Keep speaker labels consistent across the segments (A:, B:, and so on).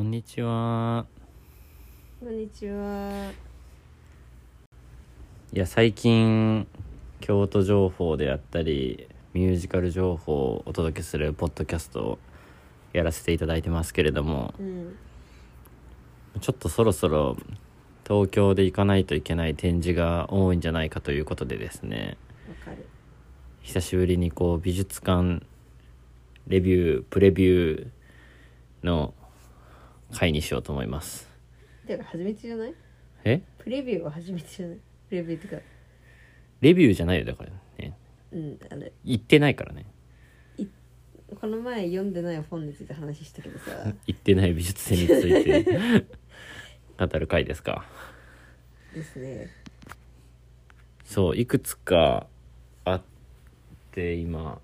A: んにちは
B: こんにちは。
A: いや最近京都情報であったりミュージカル情報をお届けするポッドキャストをやらせていただいてますけれども
B: うん。
A: ちょっとそろそろ東京で行かないといけない展示が多いんじゃないかということでですね
B: わかる。
A: 久しぶりにこう美術館レビュープレビューの回にしようと思います
B: てか初めてじゃない？
A: え
B: プレビューは初めてじゃない？プレビューってか、
A: レビューじゃないよだからね
B: うん、あれ
A: 行ってないからね
B: この前読んでない本について話したけど さ、
A: 行ってない美術展について語る回ですか
B: ですね。
A: そういくつかあって今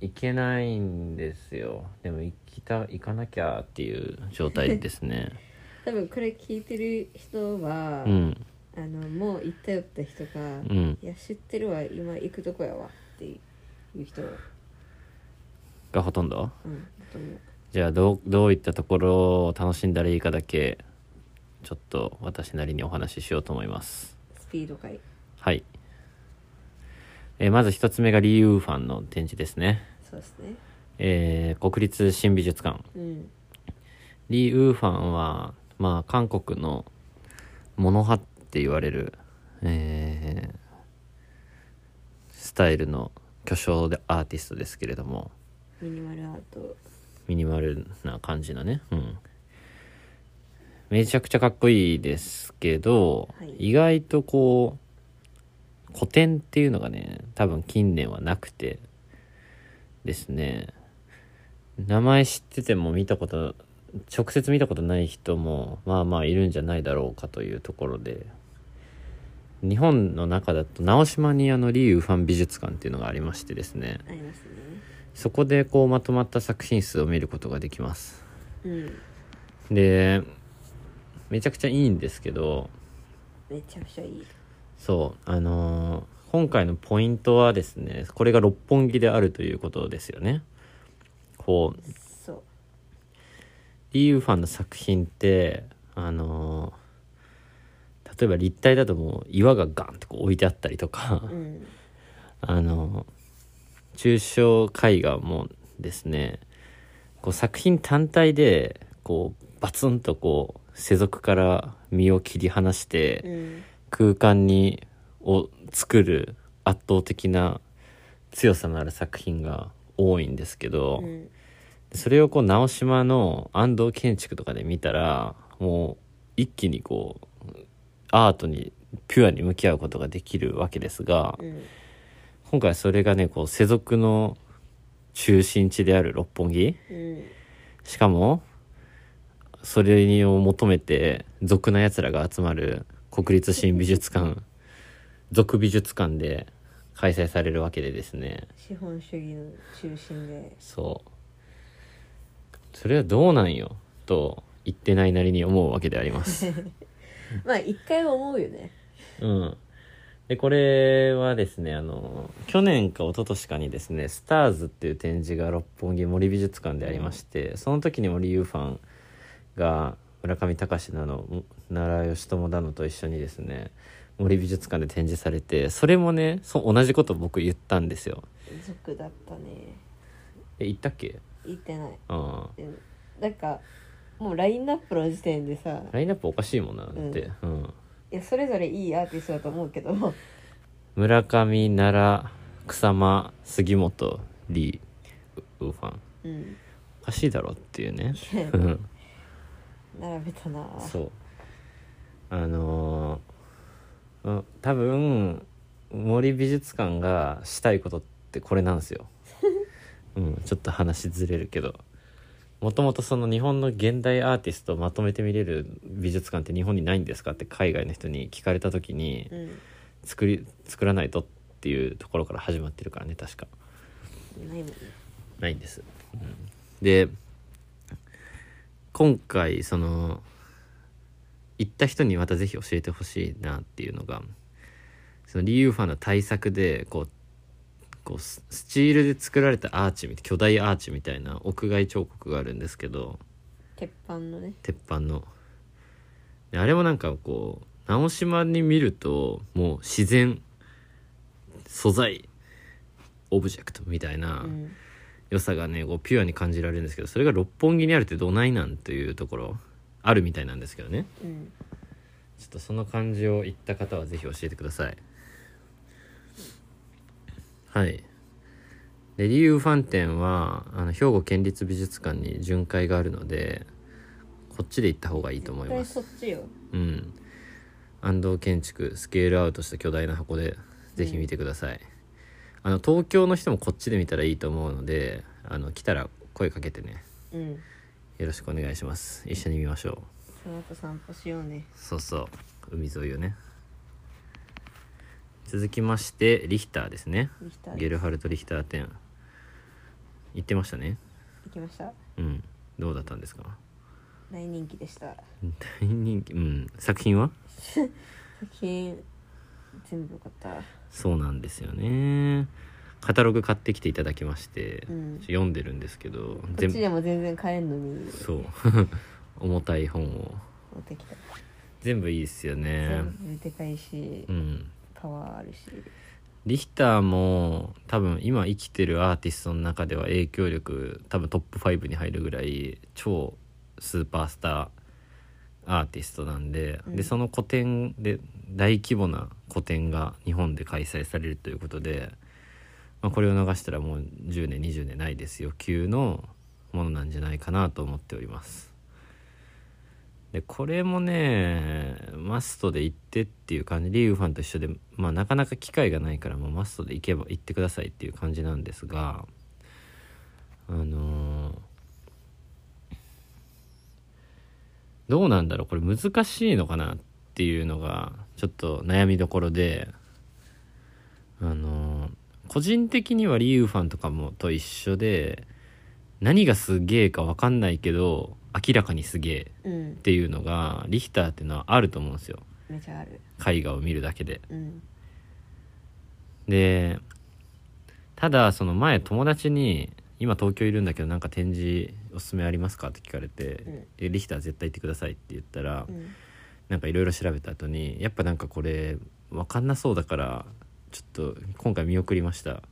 A: 行けないんですよでも行きた行かなきゃっていう状態ですね
B: 多分これ聞いてる人は、
A: うん
B: あのもう行ったよって人か、
A: うん
B: いや知ってるわ今行くとこやわっていう人、
A: がほとんど
B: うん、だと思う。
A: じゃあどうどういったところを楽しんだらいいかだけちょっと私なりにお話ししようと思います
B: スピード会。
A: はいえーまず一つ目がリー・ウーファンの展示ですね、
B: そうですね。
A: えー国立新美術館
B: うん。
A: リー・ウーファンは、まあ、韓国のモノハって言われる、えースタイルの巨匠でアーティストですけれども
B: ミニマルアート。
A: ミニマルな感じのね、うん、めちゃくちゃかっこいいですけど、
B: はい
A: 意外とこう古典っていうのがね多分近年はなくてですね名前知ってても見たこと直接見たことない人もまあまあいるんじゃないだろうかというところで日本の中だと直島にあのリー・ウファン美術館っていうのがありましてですね
B: ありますね。
A: そこでこうまとまった作品数を見ることができます
B: うん。
A: でめちゃくちゃいいんですけど
B: めちゃくちゃいい。
A: そうあのー今回のポイントはですねこれが六本木であるということですよねこう
B: そう。
A: リー・ウファンの作品ってあのー例えば立体だともう岩がガンってこう置いてあったりとか、
B: うん。
A: あの抽象絵画もですねこう作品単体でこうバツンとこう世俗から身を切り離して、
B: うん。
A: 空間にを作る圧倒的な強さのある作品が多いんですけど、
B: うん。
A: それをこう直島の安藤建築とかで見たらもう一気にこうアートにピュアに向き合うことができるわけですが、
B: うん。
A: 今回それがねこう世俗の中心地である六本木
B: うん。
A: しかもそれを求めて俗な奴らが集まる国立新美術館俗美術館で開催されるわけでですね
B: 資本主義の中心で
A: そうそれはどうなんよと言ってないなりに思うわけであります
B: まあ一回は思うよね
A: うんでこれはですねあの去年か一昨年かにですね「スターズっていう展示が六本木森美術館でありましてその時にもリユーファンが村上隆なの奈良義朝だのと一緒にですね森美術館で展示されてそれもねそ同じこと僕言ったんですよ
B: 族だったね
A: え言ったっけ
B: 言ってない
A: ああ
B: うんなんかもうラインナップの時点でさ
A: ラインナップおかしいもんなだって、うん、
B: いやそれぞれいいアーティストだと思うけど
A: 村上奈良草間杉本リーウーファン
B: うん
A: おかしいだろっていうねうん
B: 並べたな
A: そうあのーうん多分森美術館がしたいことってこれなんです よ、うん、ちょっと話ずれるけどもともとその日本の現代アーティストをまとめて見れる美術館って日本にないんですかって海外の人に聞かれた時に
B: うん
A: 作り作らないとっていうところから始まってるからね確か
B: ないもんね
A: ないんです、で今回その行った人にまたぜひ教えてほしいなっていうのがそのリユーファンの対策でこうこうススチールで作られたアーチみ巨大アーチみたいな屋外彫刻があるんですけど
B: 鉄板のね
A: 鉄板のであれもなんかこう直島に見るともう自然素材オブジェクトみたいうなん良さがねこうピュアに感じられるんですけどそれが六本木にあるってどないなんというところあるみたいなんですけどね
B: うん
A: ちょっとその感じを言った方はぜひ教えてくださいはいでリー・ウファン展はあの兵庫県立美術館に巡回があるのでこっちで行った方がいいと思い
B: 絶対
A: ま
B: そ
A: す
B: っちよ
A: うん安藤建築スケールアウトした巨大な箱でぜひ見てください、あの東京の人もこっちで見たらいいと思うのであの来たら声かけてね
B: うん
A: よろしくお願いします一緒に見ましょう
B: その後散歩しようね
A: そうそう海沿いよね続きましてリヒターですね
B: リヒター
A: ゲルハルト・リヒター展行ってましたね
B: 行きました
A: うんどうだったんですか
B: 大人気でした
A: 大人気うん作品は
B: 作品全部よかった
A: そうなんですよねカタログ買ってきていただきまして、
B: うんこ
A: 読んでるんですけど
B: っ
A: 全
B: ち
A: 部
B: でも全然買えんのに
A: そう 重たい本を
B: 持ってきた、
A: 全部いいですよね
B: 全部でかいし、
A: うん
B: パワーあるし
A: リヒターも多分今生きてるアーティストの中では影響力多分トップ5に入るぐらい超スーパースターアーティストなんで,、
B: うん
A: でその個展で大規模な個展が日本で開催されるということで、まあ、これを逃したらもう10年20年ないですよ級のものなんじゃないかなと思っております。でこれもねマストで行ってっていう感じリーグファンと一緒で、まあ、なかなか機会がないからもうマストで行けば行ってくださいっていう感じなんですがあのーどうなんだろうこれ難しいのかなっていうのがちょっと悩みどころであのー個人的にはリーグファンとかもと一緒で何がすげえか分かんないけど明らかにすげえ
B: うん
A: っていうのがリヒターっていうのはあると思うんですよ
B: めちゃある
A: 絵画を見るだけで。
B: うん
A: でただその前友達に「今東京いるんだけどなんか展示おすすめありますか?」って聞かれて
B: うん
A: 「えリヒター絶対行ってください」って言ったら
B: うん
A: なんかいろいろ調べた後にやっぱなんかこれ分かんなそうだからちょっと今回見送りました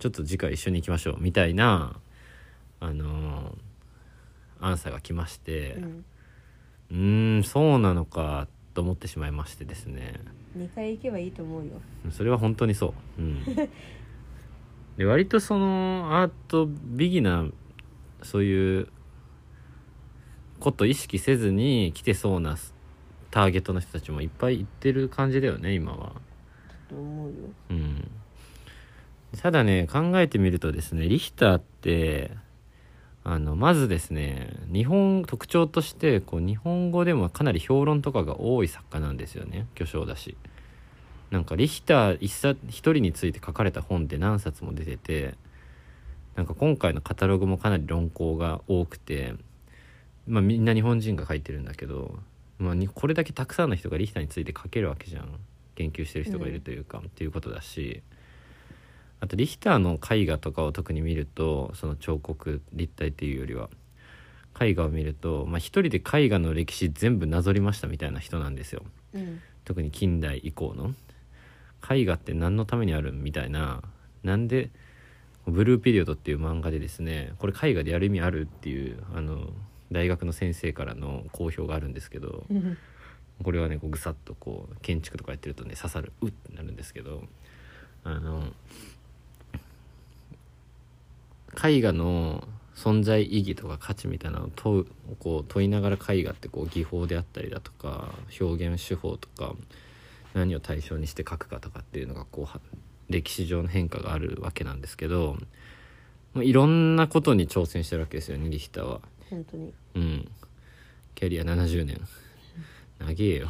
A: ちょっと次回一緒に行きましょうみたいなあのーアンサーが来まして。
B: うん
A: うーんそうなのかと思ってしまいましてですね
B: 2回行けばいいと思うよ
A: それは本当にそう、うん、で割とそのアートビギナーそういうこと意識せずに来てそうなターゲットの人たちもいっぱい行ってる感じだよね今は
B: だと思うよ
A: うんただね考えてみるとですねリヒターってあのまずですね日本特徴としてこう日本語でもかなり評論とかが多い作家なんですよね巨匠だしなんかリヒター一冊一人について書かれた本って何冊も出ててなんか今回のカタログもかなり論考が多くて、まあ、みんな日本人が書いてるんだけど、まあ、にこれだけたくさんの人がリヒターについて書けるわけじゃん研究してる人がいるというか、っていうことだしあとリヒターの絵画とかを特に見るとその彫刻立体っていうよりは絵画を見ると、まあ、一人で絵画の歴史全部なぞりましたみたいな人なんですよ。
B: うん
A: 特に近代以降の絵画って何のためにあるんみたいななんでブルーピリオドっていう漫画でですねこれ絵画でやる意味あるっていうあの大学の先生からの好評があるんですけど
B: うん
A: これはねこうぐさっとこう建築とかやってるとね刺さるうってなるんですけどあの絵画の存在意義とか価値みたいなのを問うこう問いながら絵画ってこう技法であったりだとか表現手法とか何を対象にして描くかとかっていうのがこうは歴史上の変化があるわけなんですけどもういろんなことに挑戦してるわけですよねリヒターは。
B: 本当に
A: うん。キャリア70年。長えよ。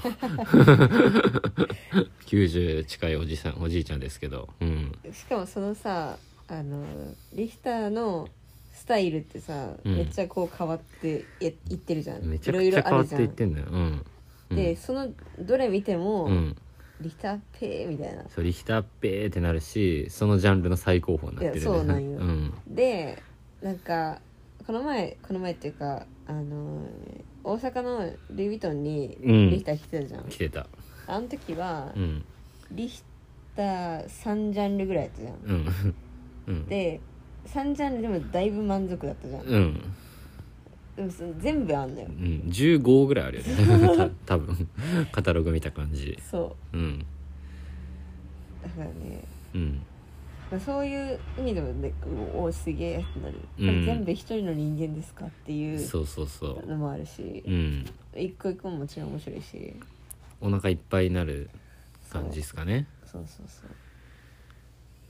A: 90近いおじさん、おじいちゃんですけど。うん。
B: しかもそのさあのリヒターのスタイルってさ、
A: うん
B: めっちゃこう変わっていいってるじゃん
A: めちゃく
B: いろ
A: ちゃ
B: いろ
A: 変
B: あ
A: わ
B: る
A: っ
B: じ
A: て
B: ゃ
A: い
B: ん
A: ってんだよ。うん。うん
B: でそのどれ見ても、
A: うん。
B: リヒターペーみたいな
A: そう、リヒターペーって なるし、そのジャンルの最高峰になってる
B: いやそうなんよ
A: ん。
B: でなんかここの前この前っていうかあの大阪のルイ・ヴィトンに
A: うん
B: リヒター来てたじゃん、
A: 来てた
B: あの時は
A: うん
B: リヒター3ジャンルぐらいやったじゃん
A: うん うん
B: で3ジャンルでもだいぶ満足だったじゃん
A: うん、
B: でもその全部あんのよ
A: うん、15ぐらいあるよねた多分カタログ見た感じ
B: そ
A: うん
B: うだからね
A: うん
B: まあそういう意味でもねおおすげえってなる、
A: うん
B: これ全部一人の人間ですかっていう
A: そうそうそ
B: のもあるし
A: ううん
B: 一個一個ももちろん面白いし
A: お腹いっぱいになる感じですかね
B: そうそうそう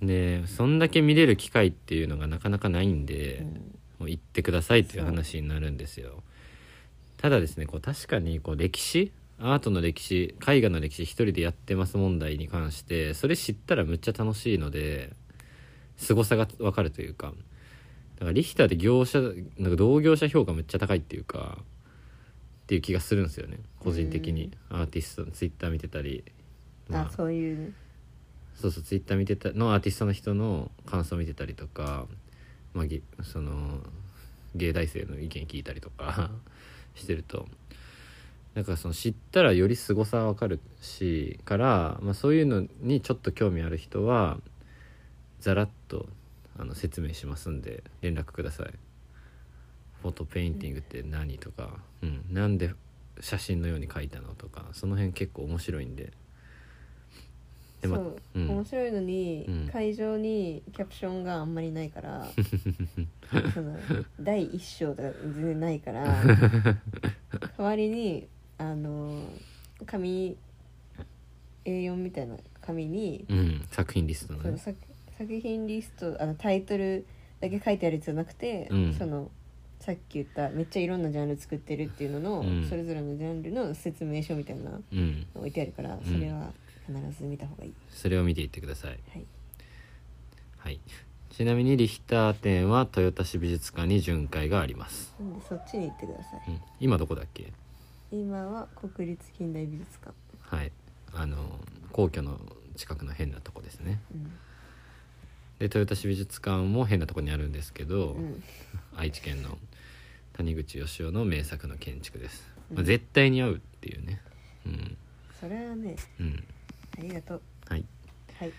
A: でそんだけ見れる機会っていうのがなかなかないんで、
B: うん
A: もう行ってくださいっていう話になるんですよただですねこう確かにこう歴史アートの歴史絵画の歴史一人でやってます問題に関してそれ知ったらむっちゃ楽しいので凄さが分かるというかだからリヒターで業者なんか同業者評価むっちゃ高いっていうかっていう気がするんですよね個人的にアーティストのツイッター見てたり、ま
B: あそういうね
A: そうそうツイッター見てたのアーティストの人の感想見てたりとか、まあ、げその芸大生の意見聞いたりとか してるとなんかその知ったらより凄さはわかるしから、まあ、そういうのにちょっと興味ある人はざらっとあの説明しますんで連絡ください。フォトペインティングって何とか、うん、なんで写真のように描いたのとかその辺結構面白いんで。でま
B: そう、
A: うん
B: 面白いのに、
A: うん
B: 会場にキャプションがあんまりないから その第一章とか全然な いから代わりにあの紙 A4 みたいな紙に、
A: うん、作品リストの
B: その
A: ね
B: 作作品リストあのタイトルだけ書いてあるやつじゃなくて、
A: うん
B: そのさっき言っためっちゃいろんなジャンル作ってるっていうのの、
A: うん
B: それぞれのジャンルの説明書みたいなの
A: うん
B: 置いてあるからそれは必ず見た方がいい。
A: それを見ていってください、
B: はい
A: はい、ちなみにリヒター展は豊田市美術館に巡回があります、
B: なんでそっちに行ってくださ
A: う
B: い
A: ん、今どこだっけ
B: 今は国立近代美術館、
A: はいあの皇居の近くの変なとこですね
B: うん
A: で豊田市美術館も変なとこにあるんですけど、
B: うん
A: 愛知県の谷口義雄の名作の建築です、ま
B: う
A: あ、
B: ん
A: 絶対に合うっていうねうん
B: それはね
A: うん
B: ありがとう
A: はい、
B: はい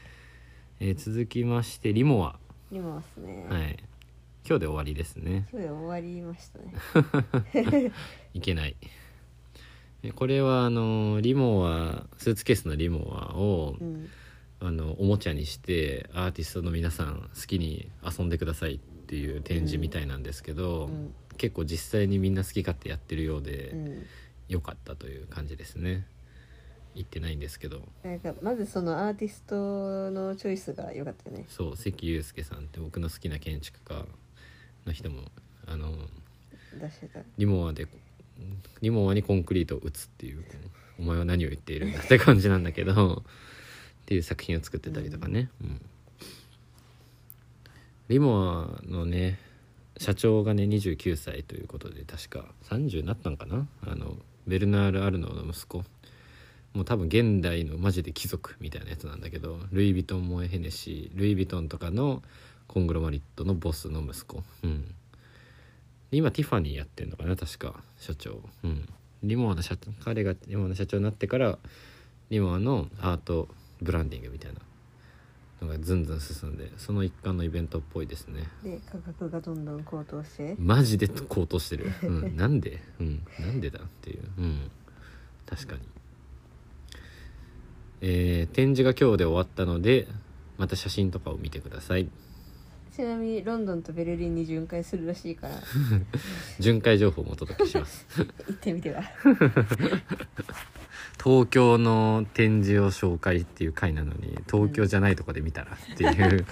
A: えー続きましてリモア
B: 今はですね、
A: はい今日で終わりですね
B: 今日で終わりまし たね
A: いけないえこれはあのリモアスーツケースのリモアを、
B: うん
A: あのおもちゃにしてアーティストの皆さん好きに遊んでくださいっていう展示みたいなんですけど、
B: うん
A: 結構実際にみんな好き勝手やってるようで、
B: うん
A: 良かったという感じですね行ってないんですけど
B: なんかまずそのアーティストのチョイスが良かったよね
A: そう関裕介さんって僕の好きな建築家の人もあの
B: 出してた
A: リモアでリモアにコンクリートを打つっていうお前は何を言っているんだって感じなんだけどっていう作品を作ってたりとかね、うんリモアのね社長がね29歳ということで確か30になったんかなあのベルナール・アルノーの息子もう多分現代のマジで貴族みたいなやつなんだけどルイ・ヴィトン・モエ・ヘネシールイ・ヴィトンとかのコングロマリットのボスの息子うん今ティファニーやってんのかな確か社長うんリモアの社長彼がリモアの社長になってからリモアのアートブランディングみたいなのがずんずん進んでその一環のイベントっぽいですね
B: で価格がどんどん高騰して
A: マジで高騰してる、うん、なんで、うん、なんでだっていう、うん、確かに、えー展示が今日で終わったのでまた写真とかを見てください
B: ちなみにロンドンとベルリンに巡回するらしいから
A: 巡回情報もお届けします
B: 行ってみては
A: 東京の展示を紹介っていう回なのに東京じゃないとこで見たらっていう
B: だって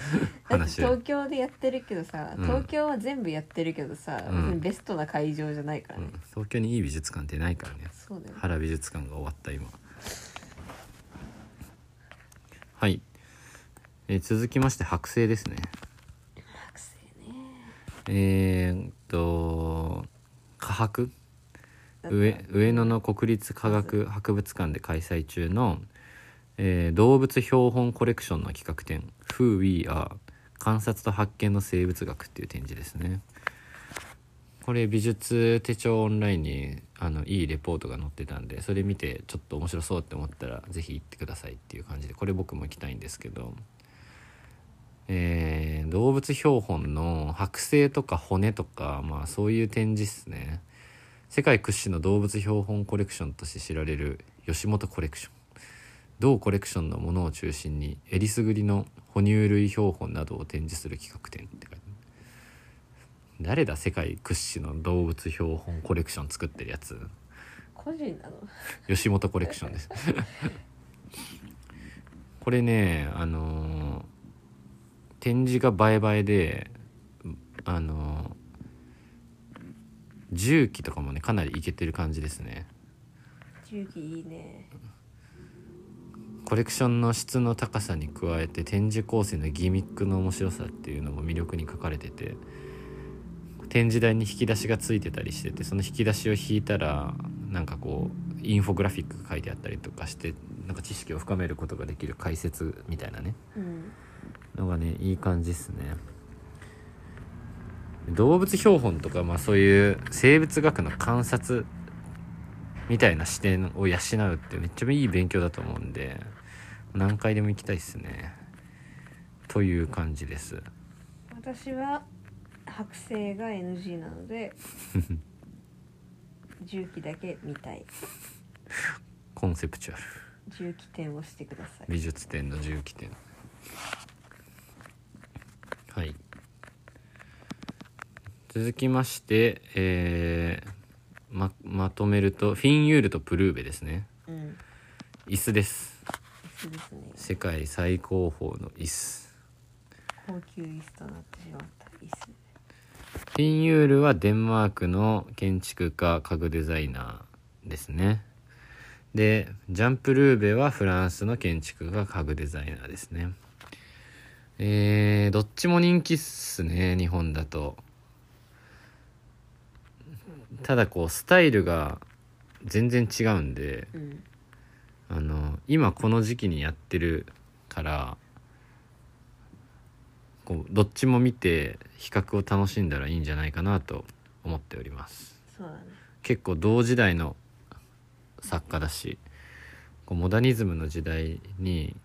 A: 話を
B: 東京でやってるけどさ、
A: うん
B: 東京は全部やってるけどさ、
A: うん
B: 別にベストな会場じゃないから
A: う
B: ね、
A: ん東京にいい美術館ってないからね
B: そうだよね
A: 原美術館が終わった今はい、えー続きまして剥製ですね
B: 学生ね
A: えーっと科博
B: なんか
A: 上上野の国立科学博物館で開催中の、えー動物標本コレクションの企画展「Who We Are 観察と発見の生物学」っていう展示ですねこれ美術手帳オンラインにあのいいレポートが載ってたんでそれ見てちょっと面白そうって思ったらぜひ行ってくださいっていう感じでこれ僕も行きたいんですけど、えー動物標本の剥製とか骨とか、まあ、そういう展示っすね世界屈指の動物標本コレクションとして知られる吉本コレクション同コレクションのものを中心にえりすぐりの哺乳類標本などを展示する企画展って書いてある誰だ世界屈指の動物標本コレクション作ってるやつ
B: 個人なの
A: 吉本コレクションです これねあのー展示が倍々であのー重機とかもねかなりいけてる感じですね
B: 重機いいね
A: コレクションの質の高さに加えて展示構成のギミックの面白さっていうのも魅力に書かれてて展示台に引き出しがついてたりしててその引き出しを引いたらなんかこうインフォグラフィックが書いてあったりとかしてなんか知識を深めることができる解説みたいなね
B: うん
A: のがねいい感じですね動物標本とか、まあ、そういう生物学の観察みたいな視点を養うってめっちゃいい勉強だと思うんで何回でも行きたいですねという感じです
B: 私は剥製が NG な ので重機だけ見たい
A: コンセプチュアル
B: 重機展をしてください
A: 美術展の重機展はい続きましてえーままとめるとフィンユールとプルーベですね
B: うん
A: 椅子です
B: 椅子ですね
A: 世界最高峰の椅子
B: 高級椅子となってしまった椅子
A: フィンユールはデンマークの建築家家具デザイナーですねでジャンプルーベはフランスの建築家家具デザイナーですねえー、どっちも人気っすね日本だとただこうスタイルが全然違うんで
B: うん
A: あの今この時期にやってるからこうどっちも見て比較を楽しんだらいいんじゃないかなと思っております
B: そうだね
A: 結構同時代の作家だしこうモダニズムの時代に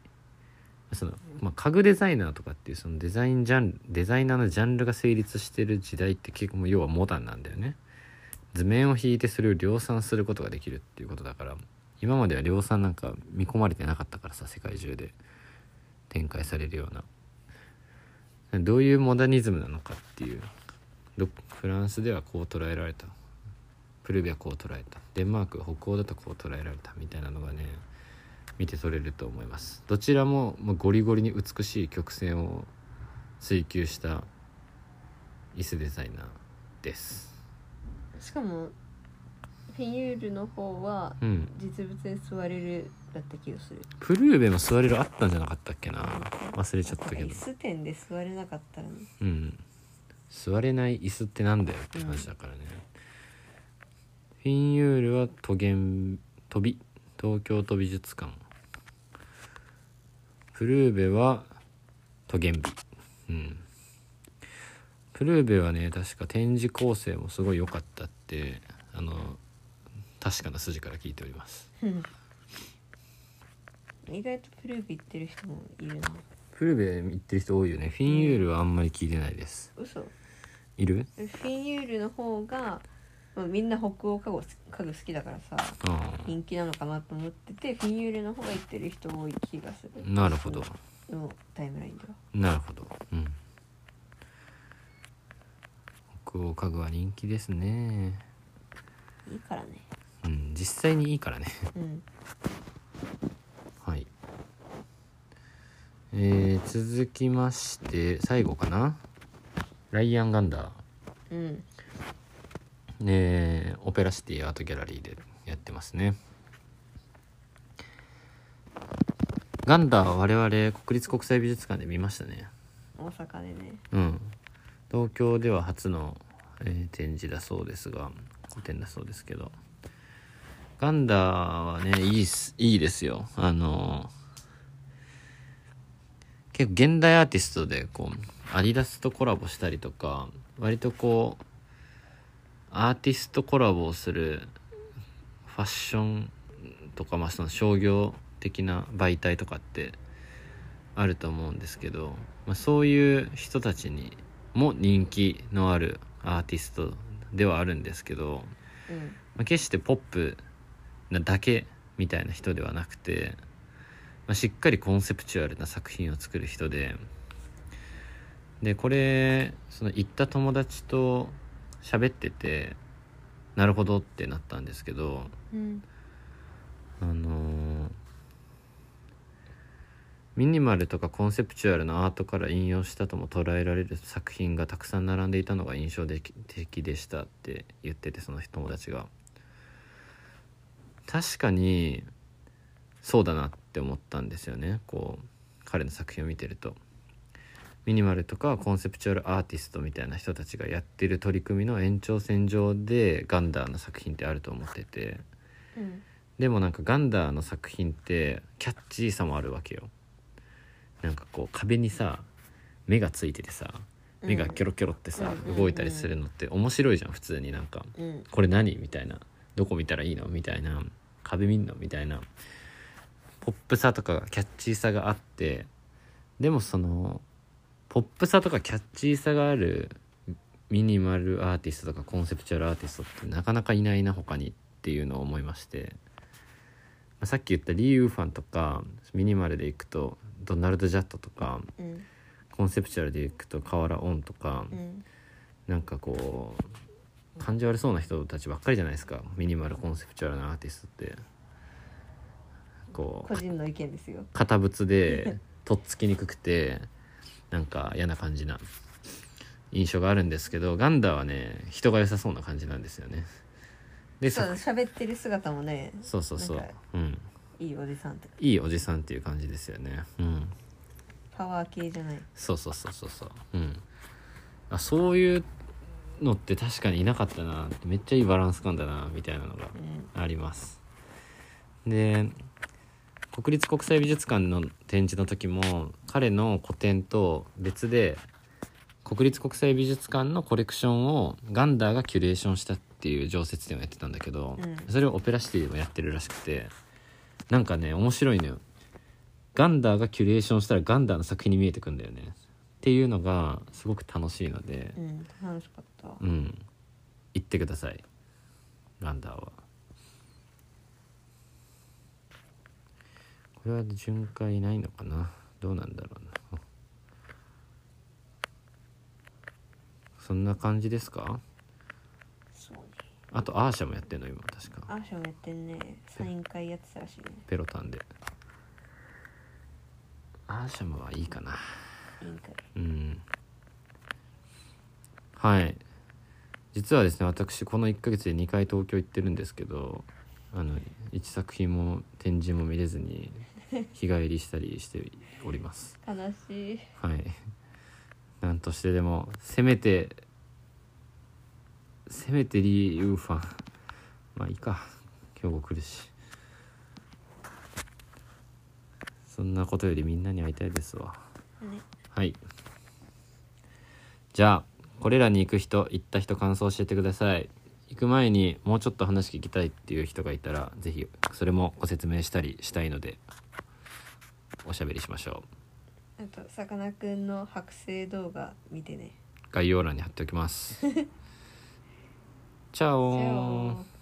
A: その、まあ、家具デザイナーとかっていうそのデザインジャンルデザイナーのジャンルが成立してる時代って結構もう要はモダンなんだよね図面を引いてそれを量産することができるっていうことだから今までは量産なんか見込まれてなかったからさ世界中で展開されるようなどういうモダニズムなのかっていうどフランスではこう捉えられたプルビアこう捉えたデンマーク北欧だとこう捉えられたみたいなのがね見て取れると思いますどちらももうゴリゴリに美しい曲線を追求した椅子デザイナーです
B: しかもフィンユールの方は
A: うん
B: 実物で座れるだった気がする
A: プルーベも座れるあったんじゃなかったっけな忘れちゃったけど
B: 椅子店で座れなかっ たらね
A: うん座れない椅子ってなんだよって話だからね、フィンユールは都現飛び東京都美術館プルーベは都現美うんプルーベはね確か展示構成もすごい良かったってあの確かな筋から聞いております
B: 意外とプルービー行ってる人もいるな
A: プルーベ行ってる人多いよねフィンユールはあんまり聞いてないです
B: 嘘
A: いる
B: フィンユールの方が、まあ、みんな北欧家具家具好きだからさ
A: あ
B: 人気なのかなと思っててフィンユールの方が行ってる人多い気がす
A: あ
B: る
A: なるほど、
B: のタイムラインでは
A: なるほど、うん、北欧家具は人気ですね
B: いいからね
A: うん実際にいいからね
B: うん
A: はいえー、続きまして最後かなライアン・ガンダー
B: うん
A: えーオペラシティアートギャラリーでやってますねガンダーは我々国立国際美術館で見ましたね
B: 大阪でね
A: うん、東京では初の、えー展示だそうですが個展だそうですけどガンダはねいいっすいいですよあのー結構現代アーティストでこうアディダスとコラボしたりとか割とこうアーティストコラボをするファッションとか、まあ、その商業的な媒体とかってあると思うんですけど、まあ、そういう人たちにも人気のあるアーティストではあるんですけど、
B: うん
A: まあ、決してポップなだけみたいな人ではなくて、まあ、しっかりコンセプチュアルな作品を作る人ででこれその行った友達と喋っててなるほどってなったんですけど
B: うん
A: あのーミニマルとかコンセプチュアルなアートから引用したとも捉えられる作品がたくさん並んでいたのが印象的的でしたって言っててその友達が確かにそうだなって思ったんですよねこう彼の作品を見てるとミニマルとかコンセプチュアルアーティストみたいな人たちがやってる取り組みの延長線上でガンダーの作品ってあると思ってて
B: うん
A: でもなんかガンダーの作品ってキャッチーさもあるわけよなんかこう壁にさ目がついててさ目がキョロキョロってさ、
B: うん
A: 動いたりするのって面白いじゃん普通になんか
B: うん
A: これ何みたいなどこ見たらいいのみたいな壁見んのみたいなポップさとかキャッチーさがあってでもそのポップさとかキャッチーさがあるミニマルアーティストとかコンセプチュアルアーティストってなかなかいないな他にっていうのを思いまして、まあさっき言ったリー・ウーファンとかミニマルでいくとドナルド・ジャットとか
B: うん
A: コンセプチュアルでいくと河原オンとか。
B: うん
A: なんかこう感じ悪そうな人たちばっかりじゃないですかミニマルコンセプチュアルなアーティストってこう
B: 個人の意見ですよ
A: 堅物 でとっつきにくくてなんか嫌な感じな印象があるんですけどガンダーはね人が良さそうな感じなんですよねで
B: そう
A: さ
B: 喋ってる姿もね
A: そうそうそう
B: なんか
A: うん
B: いいおじさんって
A: いいおじさんっていう感じですよねうん
B: パワー系じゃない
A: そうそうそうそうそううんあそういうのって確かにいなかったなめっちゃいいバランス感だなみたいなのが
B: うん
A: ありますで国立国際美術館の展示の時も彼の個展と別で国立国際美術館のコレクションをガンダーがキュレーションしたっていう常設展をやってたんだけど、
B: うん
A: それをオペラシティでもやってるらしくてなんかね面白いのよガンダーがキュレーションしたらガンダーの作品に見えてくんだよねっていうのがすごく楽しいので
B: う、ん楽しかった
A: うん行ってくださいガンダーはこれは巡回いないのかなどうなんだろうなそんな感じですか
B: そうね
A: あとアーシャもやってんの今確か
B: アーシャもやってんねサイン会やってたらしいね
A: ペロタンでアーシャムはいいかな
B: 委員会
A: うんはい実はですね私この1ヶ月で2回東京行ってるんですけどあの1作品も展示も見れずに日帰りしたりしております
B: 悲しい
A: はい なんとしてでもせめてせめてリー・ウーファンまあいいか今日も来るしそんなことよりみんなに会いたいですわ
B: ね
A: はい。じゃあ、これらに行く人、行った人、感想教えてください。行く前にもうちょっと話聞きたいっていう人がいたら、ぜひそれもご説明したりしたいので、おしゃべりしましょ
B: あとさかなクンの剥製動画見てね
A: う。概要欄に貼っておきます。チャ
B: じゃ
A: オ
B: あ
A: ー。